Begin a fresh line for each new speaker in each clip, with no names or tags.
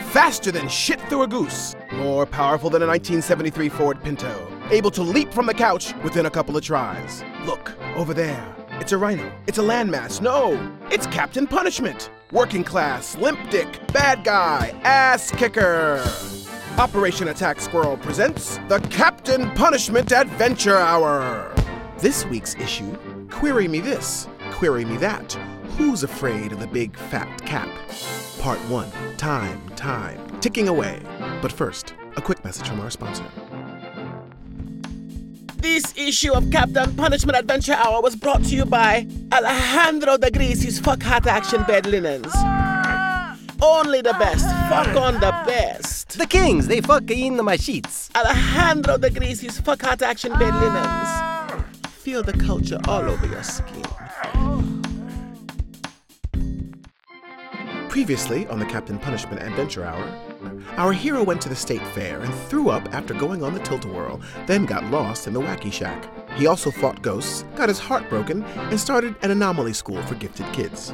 faster than shit through a goose, more powerful than a 1973 Ford Pinto, able to leap from the couch within a couple of tries. Look, over there. It's a rhino. It's a landmass. No, it's Captain Punishment. Working class, limp dick, bad guy, ass kicker. Operation Attack Squirrel presents the Captain Punishment Adventure Hour. This week's issue Query Me This, Query Me That. Who's afraid of the big fat cap? Part 1 Time, time, ticking away. But first, a quick message from our sponsor.
This issue of Captain Punishment Adventure Hour was brought to you by Alejandro de Greasy's Fuck Hot Action Bed Linens. Only the best. Fuck on the best.
The kings, they fuck in my sheets.
Alejandro de Greasy's Fuck Hot Action Bed Linens. Feel the culture all over your skin.
Previously on the Captain Punishment Adventure Hour, our hero went to the state fair and threw up after going on the tilt a whirl, then got lost in the wacky shack. He also fought ghosts, got his heart broken, and started an anomaly school for gifted kids.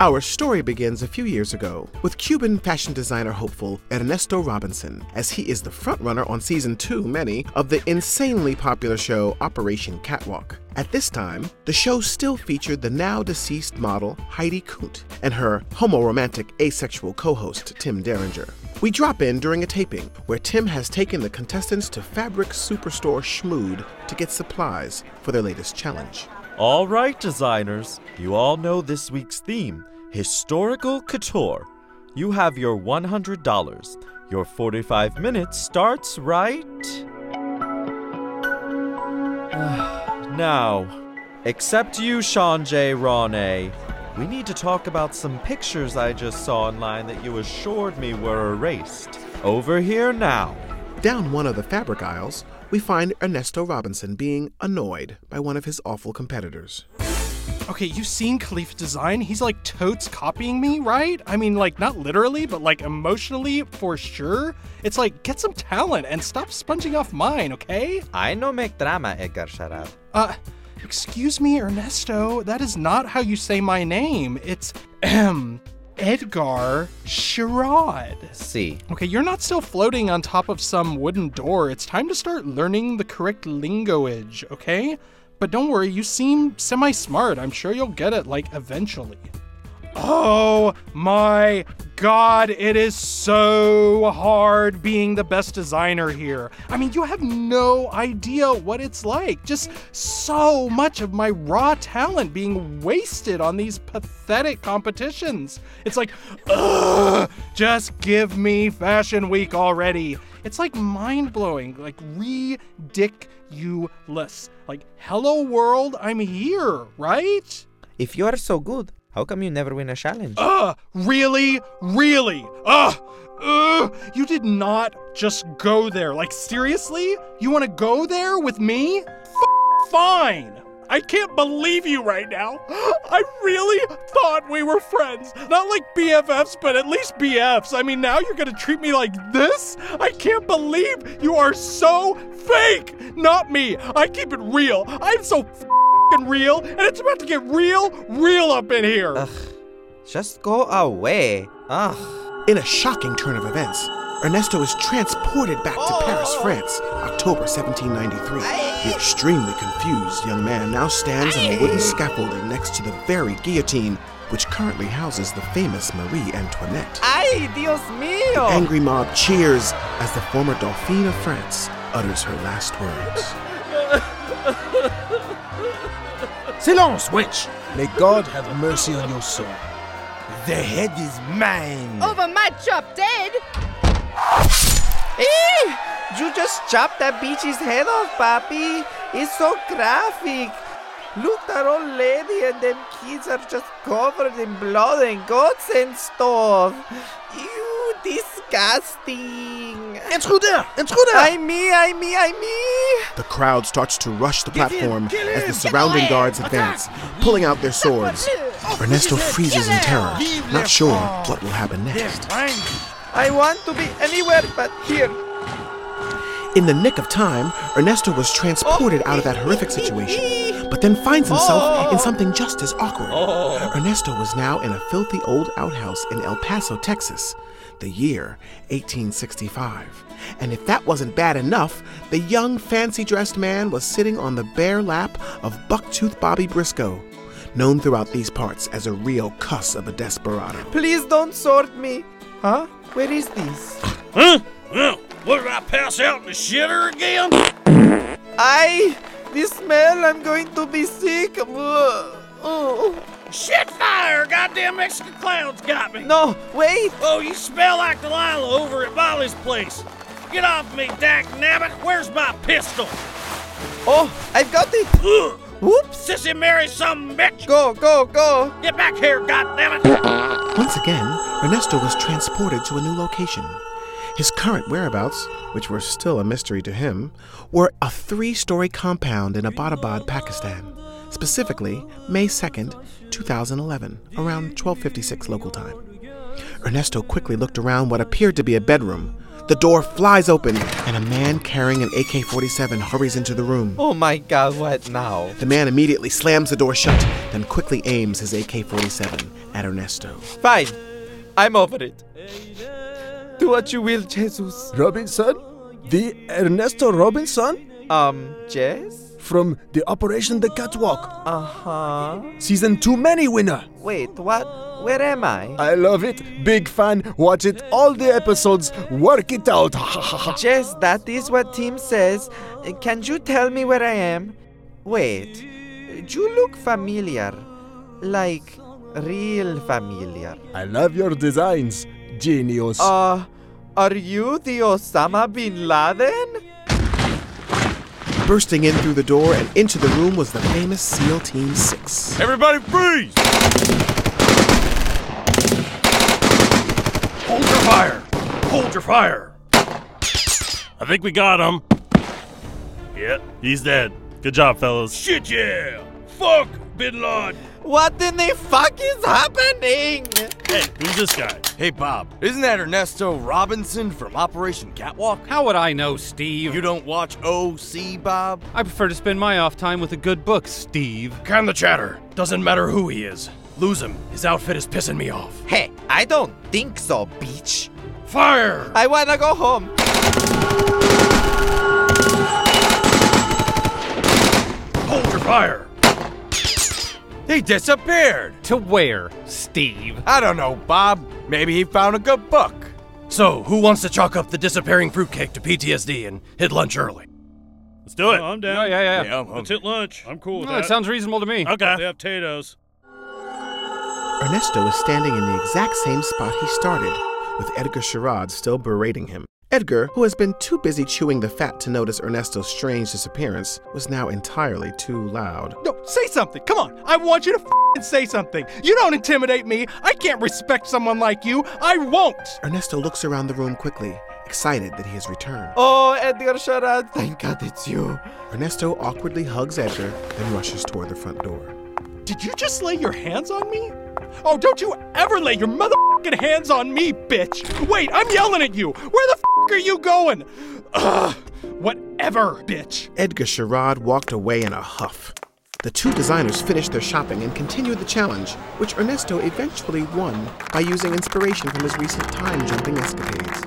Our story begins a few years ago with Cuban fashion designer hopeful Ernesto Robinson, as he is the frontrunner on season two, many, of the insanely popular show Operation Catwalk. At this time, the show still featured the now deceased model Heidi Kunt and her homoromantic asexual co host Tim Derringer. We drop in during a taping where Tim has taken the contestants to Fabric Superstore Schmood to get supplies for their latest challenge.
All right, designers, you all know this week's theme historical couture. You have your $100. Your 45 minutes starts right. now, except you, Sean J. Ronay, we need to talk about some pictures I just saw online that you assured me were erased. Oh, Over here now.
Down one of the fabric aisles, we find Ernesto Robinson being annoyed by one of his awful competitors.
Okay, you've seen Khalif design. He's like totes copying me, right? I mean, like, not literally, but like emotionally for sure. It's like, get some talent and stop sponging off mine, okay?
I no make drama, Edgar Sharad.
Uh, excuse me, Ernesto. That is not how you say my name. It's ahem, Edgar Sherrod.
See.
Okay, you're not still floating on top of some wooden door. It's time to start learning the correct lingoage, okay? But don't worry, you seem semi smart. I'm sure you'll get it, like, eventually. Oh my god, it is so hard being the best designer here. I mean, you have no idea what it's like. Just so much of my raw talent being wasted on these pathetic competitions. It's like, ugh, just give me Fashion Week already. It's like mind blowing, like ridiculous. Like, hello world, I'm here, right?
If you are so good, how come you never win a challenge?
Ugh, Uh, really? Really? Ugh, ugh, you did not just go there. Like, seriously? You want to go there with me? F- fine. I can't believe you right now. I really thought we were friends. Not like BFFs, but at least BFs. I mean, now you're going to treat me like this? I can't believe you are so fake. Not me. I keep it real. I'm so fing real, and it's about to get real, real up in here.
Ugh. Just go away. Ugh.
In a shocking turn of events, Ernesto is transported back to Paris, France, October 1793. The extremely confused young man now stands on the wooden scaffolding next to the very guillotine which currently houses the famous Marie Antoinette.
Ay, Dios
The
mío!
angry mob cheers as the former Dauphine of France utters her last words.
Silence, witch! May God have mercy on your soul. The head is mine!
Over my chop dead.
Eh! You just chopped that bitch's head off, papi. It's so graphic. Look, that old lady and them kids are just covered in blood and guts and stuff. Ew, disgusting.
Intruder! Intruder!
I me, I me, I me.
The crowd starts to rush the
Get in,
platform
kill
as
him,
the
get
surrounding
away,
guards
attack.
advance, pulling out their swords. Ernesto
Jesus,
freezes
kill
in
him.
terror,
Leave
not
them.
sure
Oh.
what will happen
They're
next.
mine!
I want to be anywhere but here.
In the nick of time, Ernesto was transported out of that horrific situation, but then finds himself in something just as awkward. Ernesto was now in a filthy old outhouse in El Paso, Texas, the year 1865. And if that wasn't bad enough, the young, fancy dressed man was sitting on the bare lap of Bucktooth Bobby Briscoe, known throughout these parts as a real cuss of a desperado.
Please don't sort me. Huh? Where is this? I. The smell, I'm going to be sick. Ugh. Oh.
Shit fire! Goddamn Mexican clowns got me!
No, wait!
Oh, you smell like Delilah over at Molly's place! Get off me, Dak Nabbit! Where's my pistol?
Oh, I've got it!
Ugh!
Whoops!
Sissy Mary some bitch!
Go, go, go!
Get back here, goddammit!
Once again, Ernesto was transported to a new location. His current whereabouts, which were still a mystery to him, were a three story compound in Abbottabad, Pakistan, specifically May 2nd, 2011, around 1256 local time. Ernesto quickly looked around what appeared to be a bedroom. The door flies open, and a man carrying an AK 47 hurries into the room.
Oh my god, what now?
The man immediately slams the door shut, then quickly aims his AK 47 at Ernesto.
Fine. I'm over it. Do what you will, Jesus.
Robinson? The Ernesto Robinson?
Um, Jess?
From the Operation The Catwalk,
Uh huh.
season too many winner.
Wait, what? Where am I?
I love it. Big fan. Watch it all the episodes. Work it out.
Jess, that is what Tim says. Uh, Can you tell me where I am? Wait, you look familiar. Like, real familiar.
I love your designs, genius.
Uh, are you the Osama bin Laden?
Bursting in through the door and into the room was the famous SEAL Team 6.
Everybody freeze!
Hold your fire! Hold your fire!
I think we got him. Yeah, he's dead. Good job, fellas. Shit yeah! Fuck Bin Laden!
What in the fuck is happening?
Hey, who's this guy?
Hey, Bob, isn't that Ernesto Robinson from Operation Catwalk?
How would I know, Steve?
You don't watch OC, Bob?
I prefer to spend my off time with a good book, Steve.
Can the chatter. Doesn't matter who he is. Lose him. His outfit is pissing me off.
Hey, I don't think so, bitch.
Fire!
I wanna go home.
Hold your fire! He disappeared!
To where, Steve?
I don't know, Bob. Maybe he found a good book. So, who wants to chalk up the disappearing fruitcake to PTSD and hit lunch early?
Let's do it. Oh, I'm down.
Yeah, yeah, yeah.
Yeah, I'm hungry.
lunch. I'm cool with
No, it sounds reasonable to me.
okay. They have potatoes.
Ernesto was standing in the exact same spot he started, with Edgar Sherrod still berating him. Edgar, who has been too busy chewing the fat to notice Ernesto's strange disappearance, was now entirely too loud.
No, say something. Come on. I want you to f say something. You don't intimidate me. I can't respect someone like you. I won't.
Ernesto looks around the room quickly, excited that he has returned.
Oh, Edgar Sherrod, thank God it's you.
Ernesto awkwardly hugs Edgar, then rushes toward the front door.
Did you just lay your hands on me? Oh, don't you ever lay your motherfucking hands on me, bitch. Wait, I'm yelling at you. Where the f are you going? Ugh. Whatever, bitch.
Edgar Sherrod walked away in a huff. The two designers finished their shopping and continued the challenge, which Ernesto eventually won by using inspiration from his recent time jumping escapades.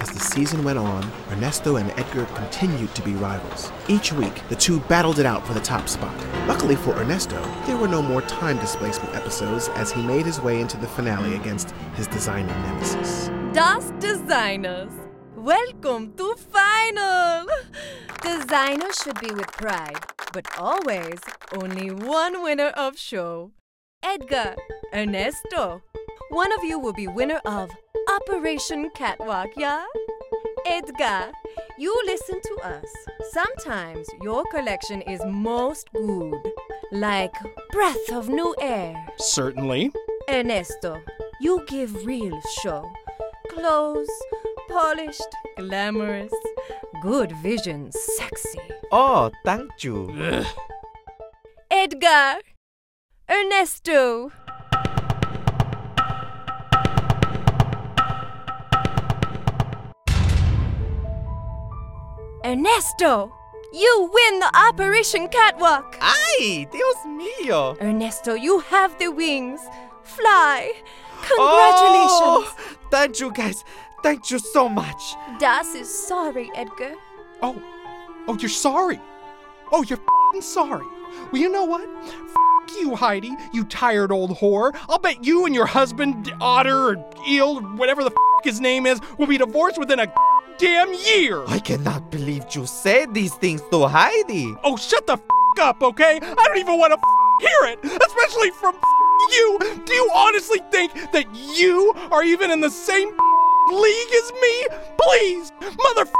As the season went on, Ernesto and Edgar continued to be rivals. Each week, the two battled it out for the top spot. Luckily for Ernesto, there were no more time displacement episodes as he made his way into the finale against his designing nemesis.
Das Designers. Welcome to final. Designers should be with pride, but always only one winner of show. Edgar, Ernesto. One of you will be winner of Operation Catwalk, yeah? Edgar, you listen to us. Sometimes your collection is most good, like breath of new air.
Certainly.
Ernesto, you give real show. Clothes, polished, glamorous, good vision, sexy.
Oh, thank you.
Edgar! Ernesto! Ernesto! You win the Operation Catwalk!
¡Ay! ¡Dios mío!
Ernesto, you have the wings! Fly!
Oh!
Congratulations!
Oh, Thank you guys. Thank you so much.
Das is sorry, Edgar.
Oh, you're sorry. Oh, you're fing sorry. Well, you know what? F you, Heidi, you tired old whore. I'll bet you and your husband, Otter or Eel, or whatever the f his name is, will be divorced within a damn year.
I cannot believe you said these things to Heidi.
Oh, shut the f up, okay? I don't even want to f hear it, especially from f you. Do you honestly think that you are even in the same f league as me? Please, mother. f-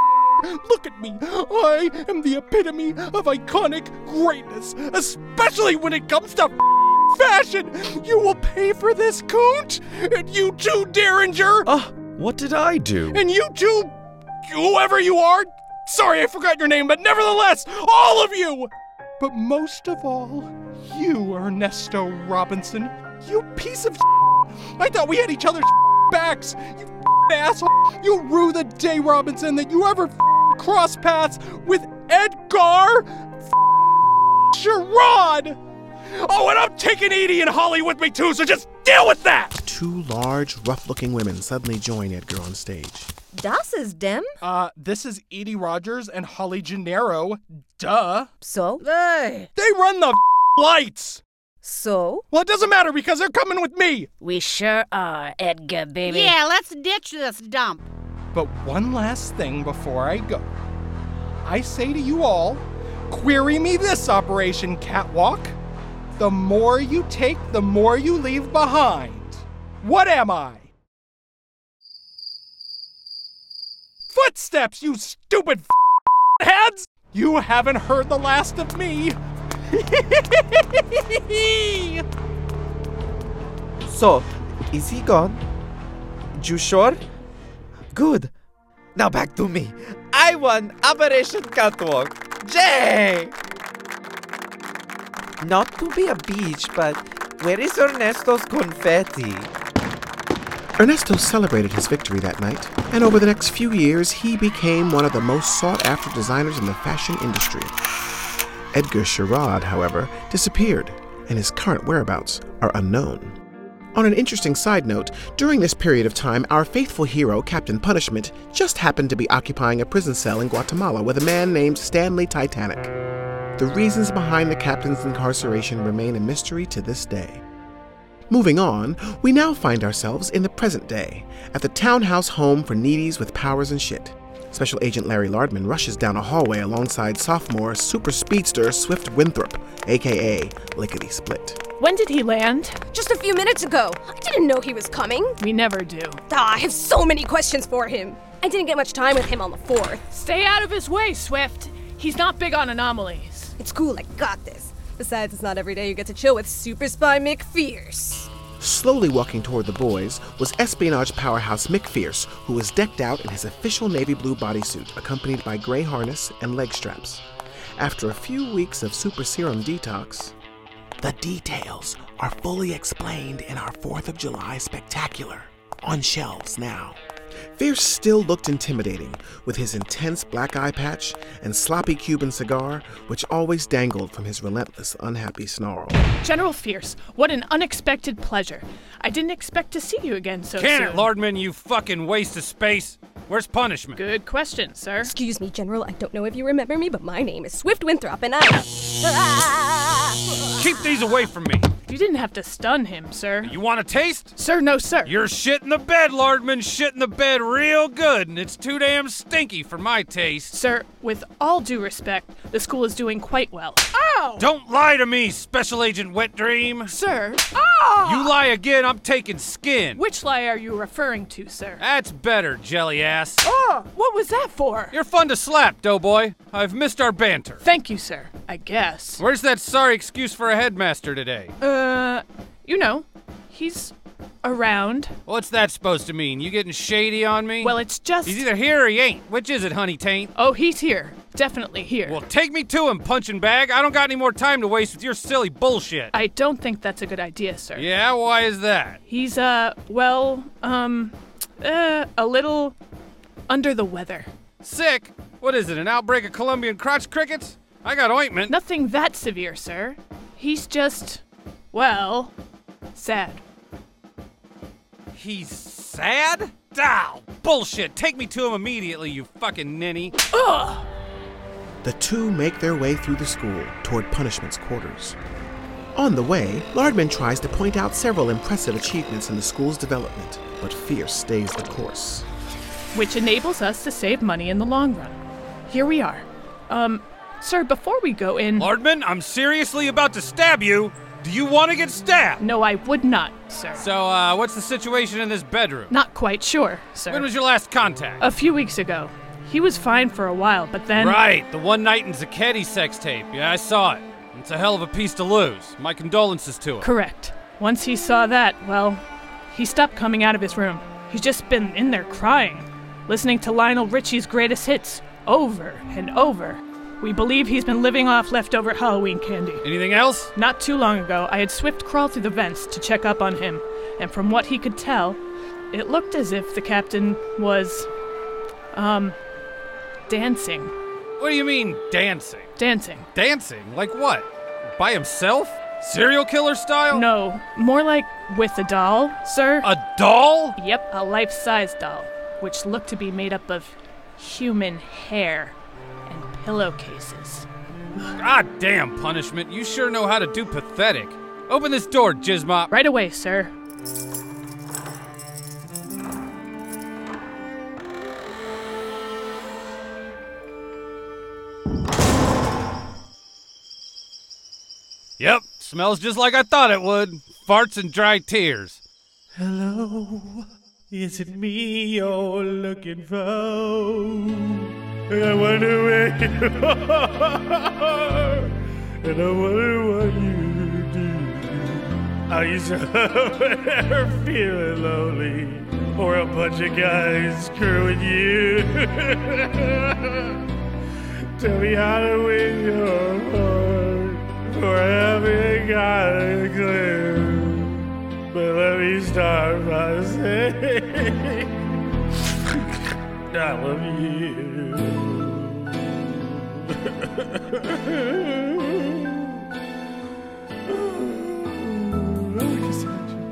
Look at me. I am the epitome of iconic greatness, especially when it comes to f- fashion. You will pay for this, Coont, and you too, Derringer.
Uh, What did I do?
And you two, whoever you are, sorry I forgot your name, but nevertheless, all of you! But most of all, you, Ernesto Robinson, you piece of I thought we had each other's backs, you asshole. You rue the day, Robinson, that you ever cross paths with Edgar Sherrod! Oh, and I'm taking Edie and Holly with me too, so just deal with that!
Two large, rough looking women suddenly join Edgar on stage.
Das is dem?
Uh, this is Edie Rogers and Holly Gennaro. Duh.
So?
They run the lights!
So?
Well, it doesn't matter because they're coming with me!
We sure are, Edgar, baby.
Yeah, let's ditch this dump.
But one last thing before I go. I say to you all query me this, Operation Catwalk. The more you take, the more you leave behind. What am I? Footsteps, you stupid f- heads! You haven't heard the last of me.
So, is he gone? You sure? Good. Now back to me. I won Operation Catwalk. Jay! Not to be a beach, but where is Ernesto's confetti?
Ernesto celebrated his victory that night, and over the next few years, he became one of the most sought after designers in the fashion industry. Edgar Sherrod, however, disappeared, and his current whereabouts are unknown. On an interesting side note, during this period of time, our faithful hero, Captain Punishment, just happened to be occupying a prison cell in Guatemala with a man named Stanley Titanic. The reasons behind the captain's incarceration remain a mystery to this day. Moving on, we now find ourselves in the present day, at the townhouse home for needies with powers and shit. Special Agent Larry Lardman rushes down a hallway alongside sophomore super speedster Swift Winthrop, aka Lickety Split.
When did he land?
Just a few minutes ago. I didn't know he was coming.
We never do.
Ah, I have so many questions for him. I didn't get much time with him on the fourth.
Stay out of his way, Swift. He's not big on anomalies.
It's cool, I got this. Besides, it's not every day you get to chill with Super Spy McFierce.
Slowly walking toward the boys was espionage powerhouse McFierce, who was decked out in his official navy blue bodysuit, accompanied by gray harness and leg straps. After a few weeks of super serum detox, the details are fully explained in our 4th of July spectacular, on shelves now. Fierce still looked intimidating, with his intense black eye patch and sloppy Cuban cigar, which always dangled from his relentless, unhappy snarl.
General Fierce, what an unexpected pleasure. I didn't expect to see you again so
Can
soon.
it, Lardman, you fucking waste of space? Where's punishment?
Good question, sir.
Excuse me, General, I don't know if you remember me, but my name is Swift Winthrop, and I. Ah!
Keep these away from me.
You didn't have to stun him, sir.
You want a taste?
Sir, no, sir.
You're shitting the bed, Lardman. Shit in the bed real good, and it's too damn stinky for my taste.
Sir, with all due respect, the school is doing quite well. Ow!
Don't lie to me, Special Agent Wet Dream. Ah!
Sir. Ah!
You lie again, I'm taking skin.
Which lie are you referring to, sir?
That's better, jelly ass.
Oh, what was that for?
You're fun to slap, doughboy. I've missed our banter.
Thank you, sir. I guess.
Where's that sorry excuse for a headmaster today?
Uh, you know, he's around.
What's that supposed to mean? You getting shady on me?
Well, it's just.
He's either here or he ain't. Which is it, honey taint?
Oh, he's here. Definitely here.
Well, take me to him, punching bag. I don't got any more time to waste with your silly bullshit.
I don't think that's a good idea, sir.
Yeah, why is that?
He's, uh, well, um, uh, a little under the weather.
Sick? What is it, an outbreak of Colombian crotch crickets? I got ointment.
Nothing that severe, sir. He's just, well, sad.
He's sad? Dow! Bullshit! Take me to him immediately, you fucking ninny!
Ugh!
The two make their way through the school toward Punishment's quarters. On the way, Lardman tries to point out several impressive achievements in the school's development, but fear stays the course.
Which enables us to save money in the long run. Here we are. Um, sir, before we go in.
Lardman, I'm seriously about to stab you! Do you want to get stabbed?
No, I would not, sir.
So, uh, what's the situation in this bedroom?
Not quite sure, sir.
When was your last contact?
A few weeks ago. He was fine for a while, but then.
Right, the one night in Zacchetti sex tape. Yeah, I saw it. It's a hell of a piece to lose. My condolences to him.
Correct. Once he saw that, well, he stopped coming out of his room. He's just been in there crying, listening to Lionel Richie's greatest hits over and over. We believe he's been living off leftover Halloween candy.
Anything else?
Not too long ago, I had Swift crawl through the vents to check up on him, and from what he could tell, it looked as if the captain was. um. dancing.
What do you mean, dancing?
Dancing.
Dancing? Like what? By himself? Serial killer style?
No, more like with a doll, sir.
A doll?
Yep, a life size doll, which looked to be made up of human hair and pillowcases.
God damn, punishment. You sure know how to do pathetic. Open this door, Jizmop.
Right away, sir.
Yep, smells just like I thought it would. Farts and dry tears.
Hello, is it me you're looking for? I wonder where you are, and I wonder what you do. Are you somewhere feeling lonely, or a bunch of guys screwing you? Tell me how to win your heart, for I haven't got a clue. But let me start by saying I love you.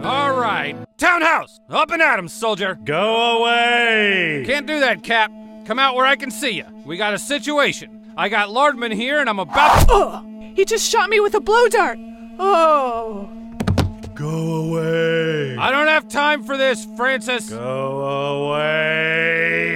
All right. Townhouse! Up and at 'em, soldier!
Go away!
Can't do that, Cap. Come out where I can see you. We got a situation. I got Lardman here and I'm about to.
Ugh! He just shot me with a blow dart! Oh!
Go away.
I don't have time for this, Francis.
Go away.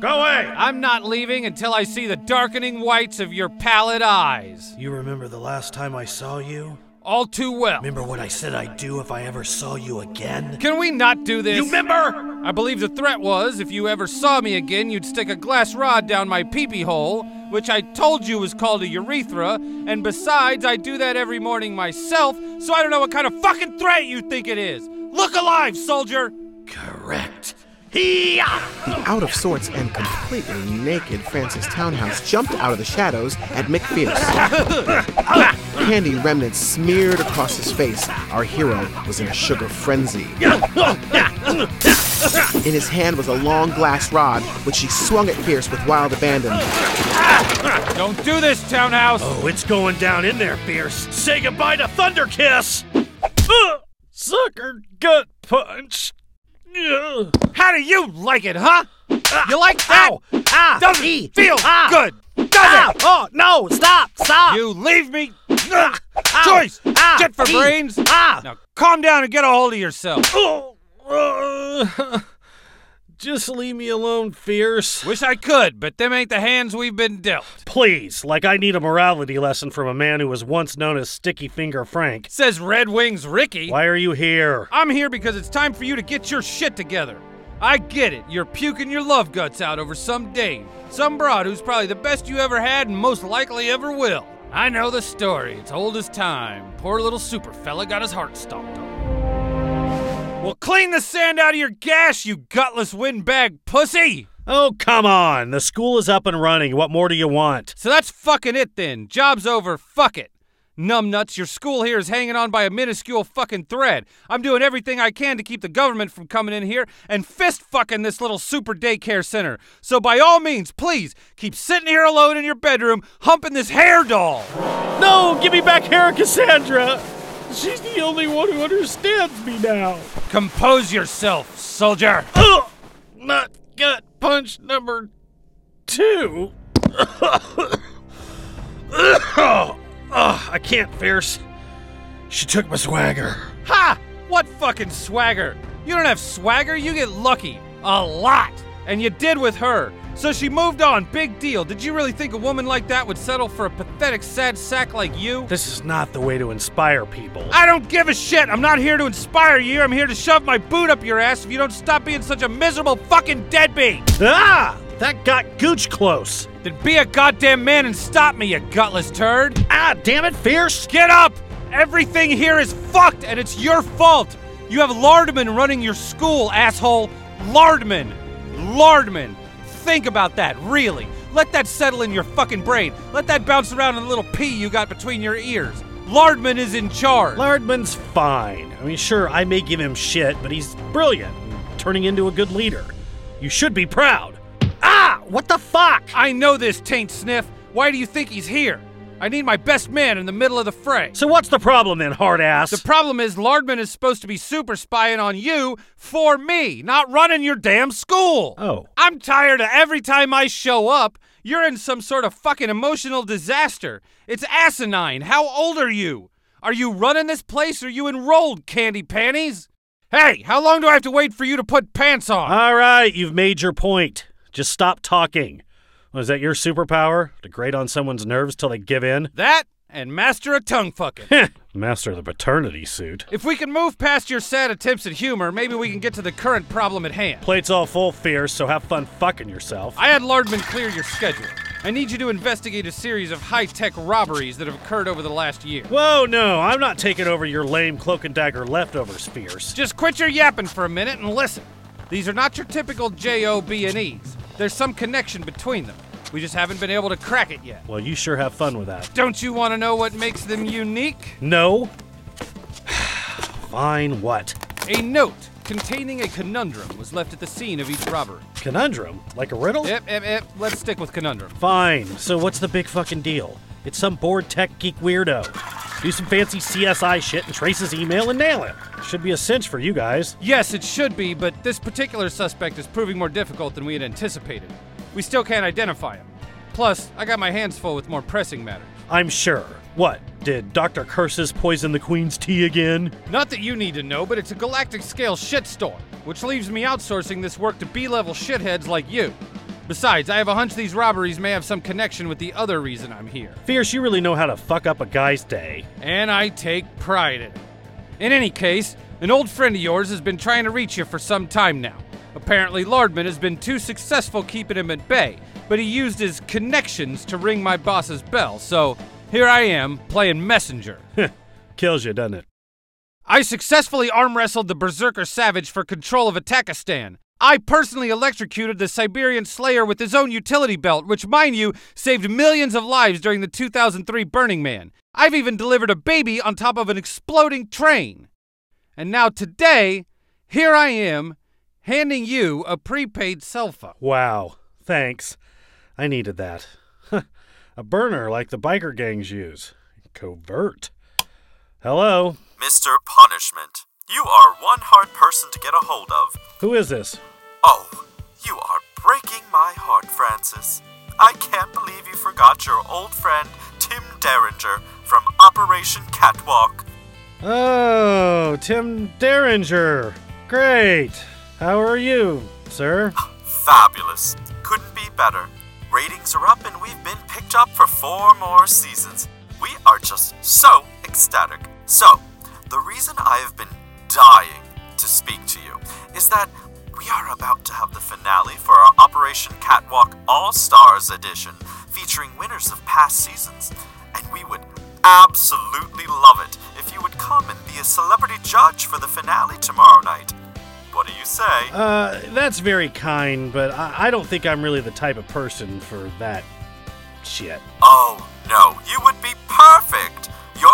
Go away.
I'm not leaving until I see the darkening whites of your pallid eyes.
You remember the last time I saw you?
All too well.
Remember what I said I'd do if I ever saw you again?
Can we not do this?
You remember?
I believe the threat was if you ever saw me again, you'd stick a glass rod down my peepee hole, which I told you was called a urethra, and besides, I do that every morning myself, so I don't know what kind of fucking threat you think it is. Look alive, soldier!
Correct. Hee-yah!
The out of sorts and completely naked Francis Townhouse jumped out of the shadows at McPherson. Candy remnants smeared across his face. Our hero was in a sugar frenzy. In his hand was a long glass rod, which he swung at Fierce with wild abandon.
Don't do this, Townhouse!
Oh, it's going down in there, Fierce. Say goodbye to Thunder Kiss! Sucker gut punch.
How do you like it, huh? You like that?
Ow! Ah!
Doesn't
ee,
feel
ah,
good, does
ah,
it?
Oh no! Stop! Stop!
You leave me.
Ah, ow,
Choice.
ah,
Get for
ee,
brains.
ah.
Now calm down and get a hold of yourself.
Oh, uh, just leave me alone, Fierce.
Wish I could, but them ain't the hands we've been dealt.
Please, like I need a morality lesson from a man who was once known as Sticky Finger Frank.
Says Red Wings Ricky.
Why are you here?
I'm here because it's time for you to get your shit together. I get it. You're puking your love guts out over some dame, some broad who's probably the best you ever had and most likely ever will. I know the story. It's old as time. Poor little super fella got his heart stomped on. Well, clean the sand out of your gash, you gutless windbag pussy!
Oh, come on. The school is up and running. What more do you want?
So that's fucking it then. Job's over. Fuck it. Numbnuts, your school here is hanging on by a minuscule fucking thread. I'm doing everything I can to keep the government from coming in here and fist fucking this little super daycare center. So by all means, please keep sitting here alone in your bedroom humping this hair doll.
No, give me back Hera Cassandra. She's the only one who understands me now.
Compose yourself, soldier.
Ugh, not gut punch number two. Ugh, I can't, Fierce. She took my swagger.
Ha! What fucking swagger? You don't have swagger, you get lucky. A lot. And you did with her. So she moved on, big deal. Did you really think a woman like that would settle for a pathetic, sad sack like you?
This is not the way to inspire people.
I don't give a shit. I'm not here to inspire you. I'm here to shove my boot up your ass if you don't stop being such a miserable fucking deadbeat.
Ah! That got Gooch close.
Then be a goddamn man and stop me, you gutless turd.
Ah, damn it, Fierce!
Get up! Everything here is fucked and it's your fault. You have Lardman running your school, asshole. Lardman. Lardman. Think about that, really. Let that settle in your fucking brain. Let that bounce around in the little pea you got between your ears. Lardman is in charge.
Lardman's fine. I mean, sure, I may give him shit, but he's brilliant, turning into a good leader. You should be proud. Ah! What the fuck?
I know this, Taint Sniff. Why do you think he's here? I need my best man in the middle of the fray.
So what's the problem then, hard ass?
The problem is Lardman is supposed to be super spying on you for me, not running your damn school.
Oh.
I'm tired of every time I show up, you're in some sort of fucking emotional disaster. It's asinine. How old are you? Are you running this place? Are you enrolled, Candy Panties? Hey, how long do I have to wait for you to put pants on?
All right, you've made your point. Just stop talking. Was that your superpower? To grate on someone's nerves till they give in?
That and master a tongue fucking.
master the paternity suit.
If we can move past your sad attempts at humor, maybe we can get to the current problem at hand.
Plate's all full fierce, so have fun fucking yourself.
I had Lardman clear your schedule. I need you to investigate a series of high tech robberies that have occurred over the last year.
Whoa, no, I'm not taking over your lame cloak and dagger leftovers, Fierce.
Just quit your yapping for a minute and listen. These are not your typical J-O-B-N-E's. There's some connection between them. We just haven't been able to crack it yet.
Well, you sure have fun with that.
Don't you want to know what makes them unique?
No. Fine, what?
A note containing a conundrum was left at the scene of each robbery.
Conundrum? Like a riddle?
Yep, yep, yep. Let's stick with conundrum.
Fine. So, what's the big fucking deal? It's some bored tech geek weirdo. Do some fancy CSI shit and trace his email and nail it. Should be a cinch for you guys.
Yes, it should be, but this particular suspect is proving more difficult than we had anticipated. We still can't identify him. Plus, I got my hands full with more pressing matters.
I'm sure. What? Did Dr. Curses poison the Queen's tea again?
Not that you need to know, but it's a galactic scale shitstorm, which leaves me outsourcing this work to B level shitheads like you. Besides, I have a hunch these robberies may have some connection with the other reason I'm here.
Fierce, you really know how to fuck up a guy's day.
And I take pride in it. In any case, an old friend of yours has been trying to reach you for some time now. Apparently, Lardman has been too successful keeping him at bay, but he used his connections to ring my boss's bell, so here I am playing messenger.
Kills you, doesn't it?
I successfully arm wrestled the Berserker Savage for control of Atakistan. I personally electrocuted the Siberian Slayer with his own utility belt, which, mind you, saved millions of lives during the 2003 Burning Man. I've even delivered a baby on top of an exploding train. And now today, here I am, handing you a prepaid cell phone.
Wow. Thanks. I needed that. a burner like the biker gangs use. Covert. Hello?
Mr. Punishment. You are one hard person to get a hold of.
Who is this?
Oh, you are breaking my heart, Francis. I can't believe you forgot your old friend, Tim Derringer, from Operation Catwalk.
Oh, Tim Derringer. Great. How are you, sir?
Fabulous. Couldn't be better. Ratings are up and we've been picked up for four more seasons. We are just so ecstatic. So, the reason I have been dying to speak to you is that we are about to have the finale for our Operation Catwalk All Stars edition featuring winners of past seasons, and we would absolutely love it if you would come and be a celebrity judge for the finale tomorrow night. What do you say?
Uh, that's very kind, but I, I don't think I'm really the type of person for that shit.
Oh, no, you would be perfect! You're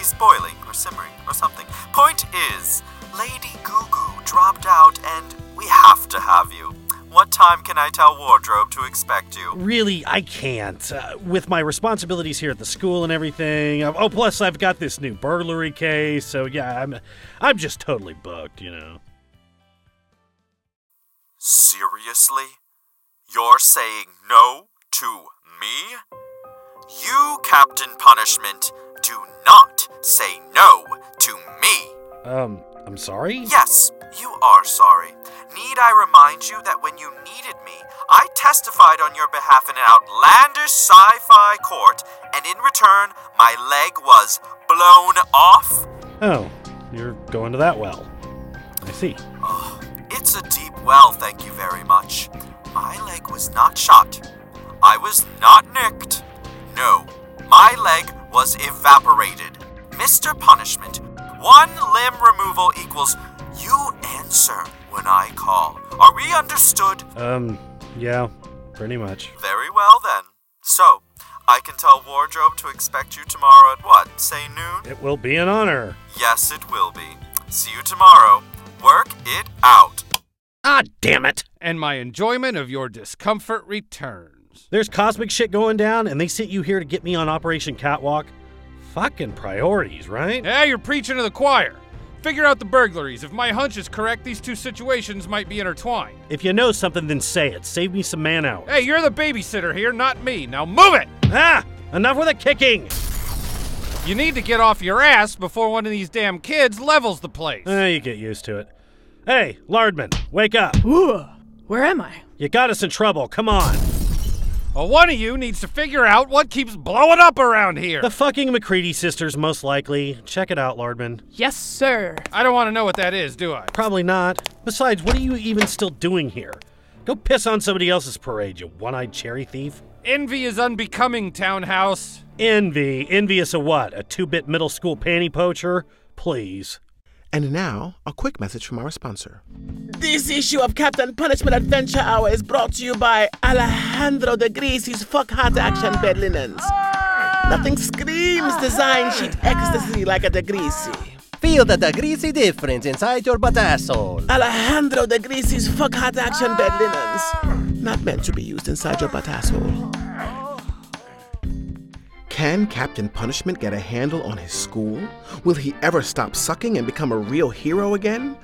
is boiling or simmering or something. Point is, Lady Goo Goo dropped out and we have to have you. What time can I tell Wardrobe to expect you?
Really, I can't. Uh, with my responsibilities here at the school and everything. uh, oh, plus I've got this new burglary case, so yeah, I'm I'm just totally booked, you know.
Seriously? You're saying no to me? You, Captain Punishment, do not say no to me.
Um, I'm sorry?
Yes, you are sorry. Need I remind you that when you needed me, I testified on your behalf in an outlandish sci fi court, and in return, my leg was blown off?
Oh, you're going to that well. I see.
It's a deep well, thank you very much. My leg was not shot. I was not nicked. No, my leg was evaporated. Mr. Punishment, one limb removal equals you answer when I call. Are we understood?
Um, yeah, pretty much.
Very well then. So, I can tell Wardrobe to expect you tomorrow at what? Say noon?
It will be an honor.
Yes, it will be. See you tomorrow. Work it out.
Ah, damn it.
And my enjoyment of your discomfort returns.
There's cosmic shit going down, and they sent you here to get me on Operation Catwalk. Fucking priorities, right?
Yeah, you're preaching to the choir. Figure out the burglaries. If my hunch is correct, these two situations might be intertwined.
If you know something, then say it. Save me some man hours.
Hey, you're the babysitter here, not me. Now move it!
Ah! Enough with the kicking!
You need to get off your ass before one of these damn kids levels the place.
Ah, you get used to it. Hey, Lardman, wake up.
Ooh, where am I?
You got us in trouble. Come on.
Well, one of you needs to figure out what keeps blowing up around here.
The fucking McCready sisters, most likely. Check it out, Lardman.
yes, sir.
I don't want to know what that is, do I?
Probably not. Besides, what are you even still doing here? Go piss on somebody else's parade, you one eyed cherry thief.
Envy is unbecoming, townhouse.
Envy. Envious of what? A two bit middle school panty poacher? Please.
And now, a quick message from our sponsor.
This issue of Captain Punishment Adventure Hour is brought to you by Alejandro de Greasy's Fuck Hot Action Bed Linens. Nothing screams design sheet ecstasy like a de Greasy.
Feel the da greasy difference inside your butt asshole.
Alejandro de Greasy's Fuck Hot Action Bed Linens. Not meant to be used inside your butt asshole.
Can Captain Punishment get a handle on his school? Will he ever stop sucking and become a real hero again?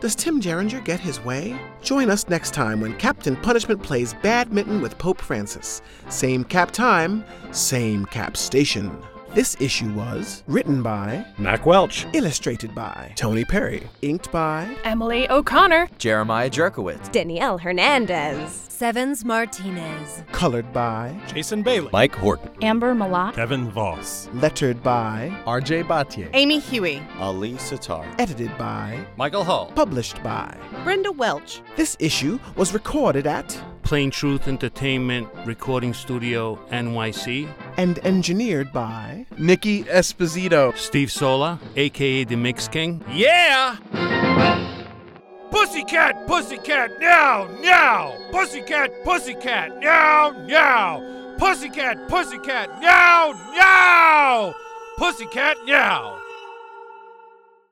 Does Tim Gerringer get his way? Join us next time when Captain Punishment plays badminton with Pope Francis. Same cap time, same cap station. This issue was written by
Mac Welch,
illustrated by Tony Perry, inked by
Emily O'Connor.
Jeremiah Jerkowitz.
Danielle Hernandez.
Sevens Martinez.
Colored by
Jason Bailey.
Mike Horton.
Amber Malott.
Kevin Voss.
Lettered by
RJ Battier.
Amy Huey.
Ali Sitar.
Edited by
Michael Hall.
Published by
Brenda Welch.
This issue was recorded at
Plain Truth Entertainment Recording Studio NYC.
and engineered by
Nikki Esposito. Steve Sola, aka The Mix King.
Yeah! Pussycat, pussycat, now, now! Pussycat, pussycat, now, now! Pussycat, pussycat, now, now! Pussycat, now!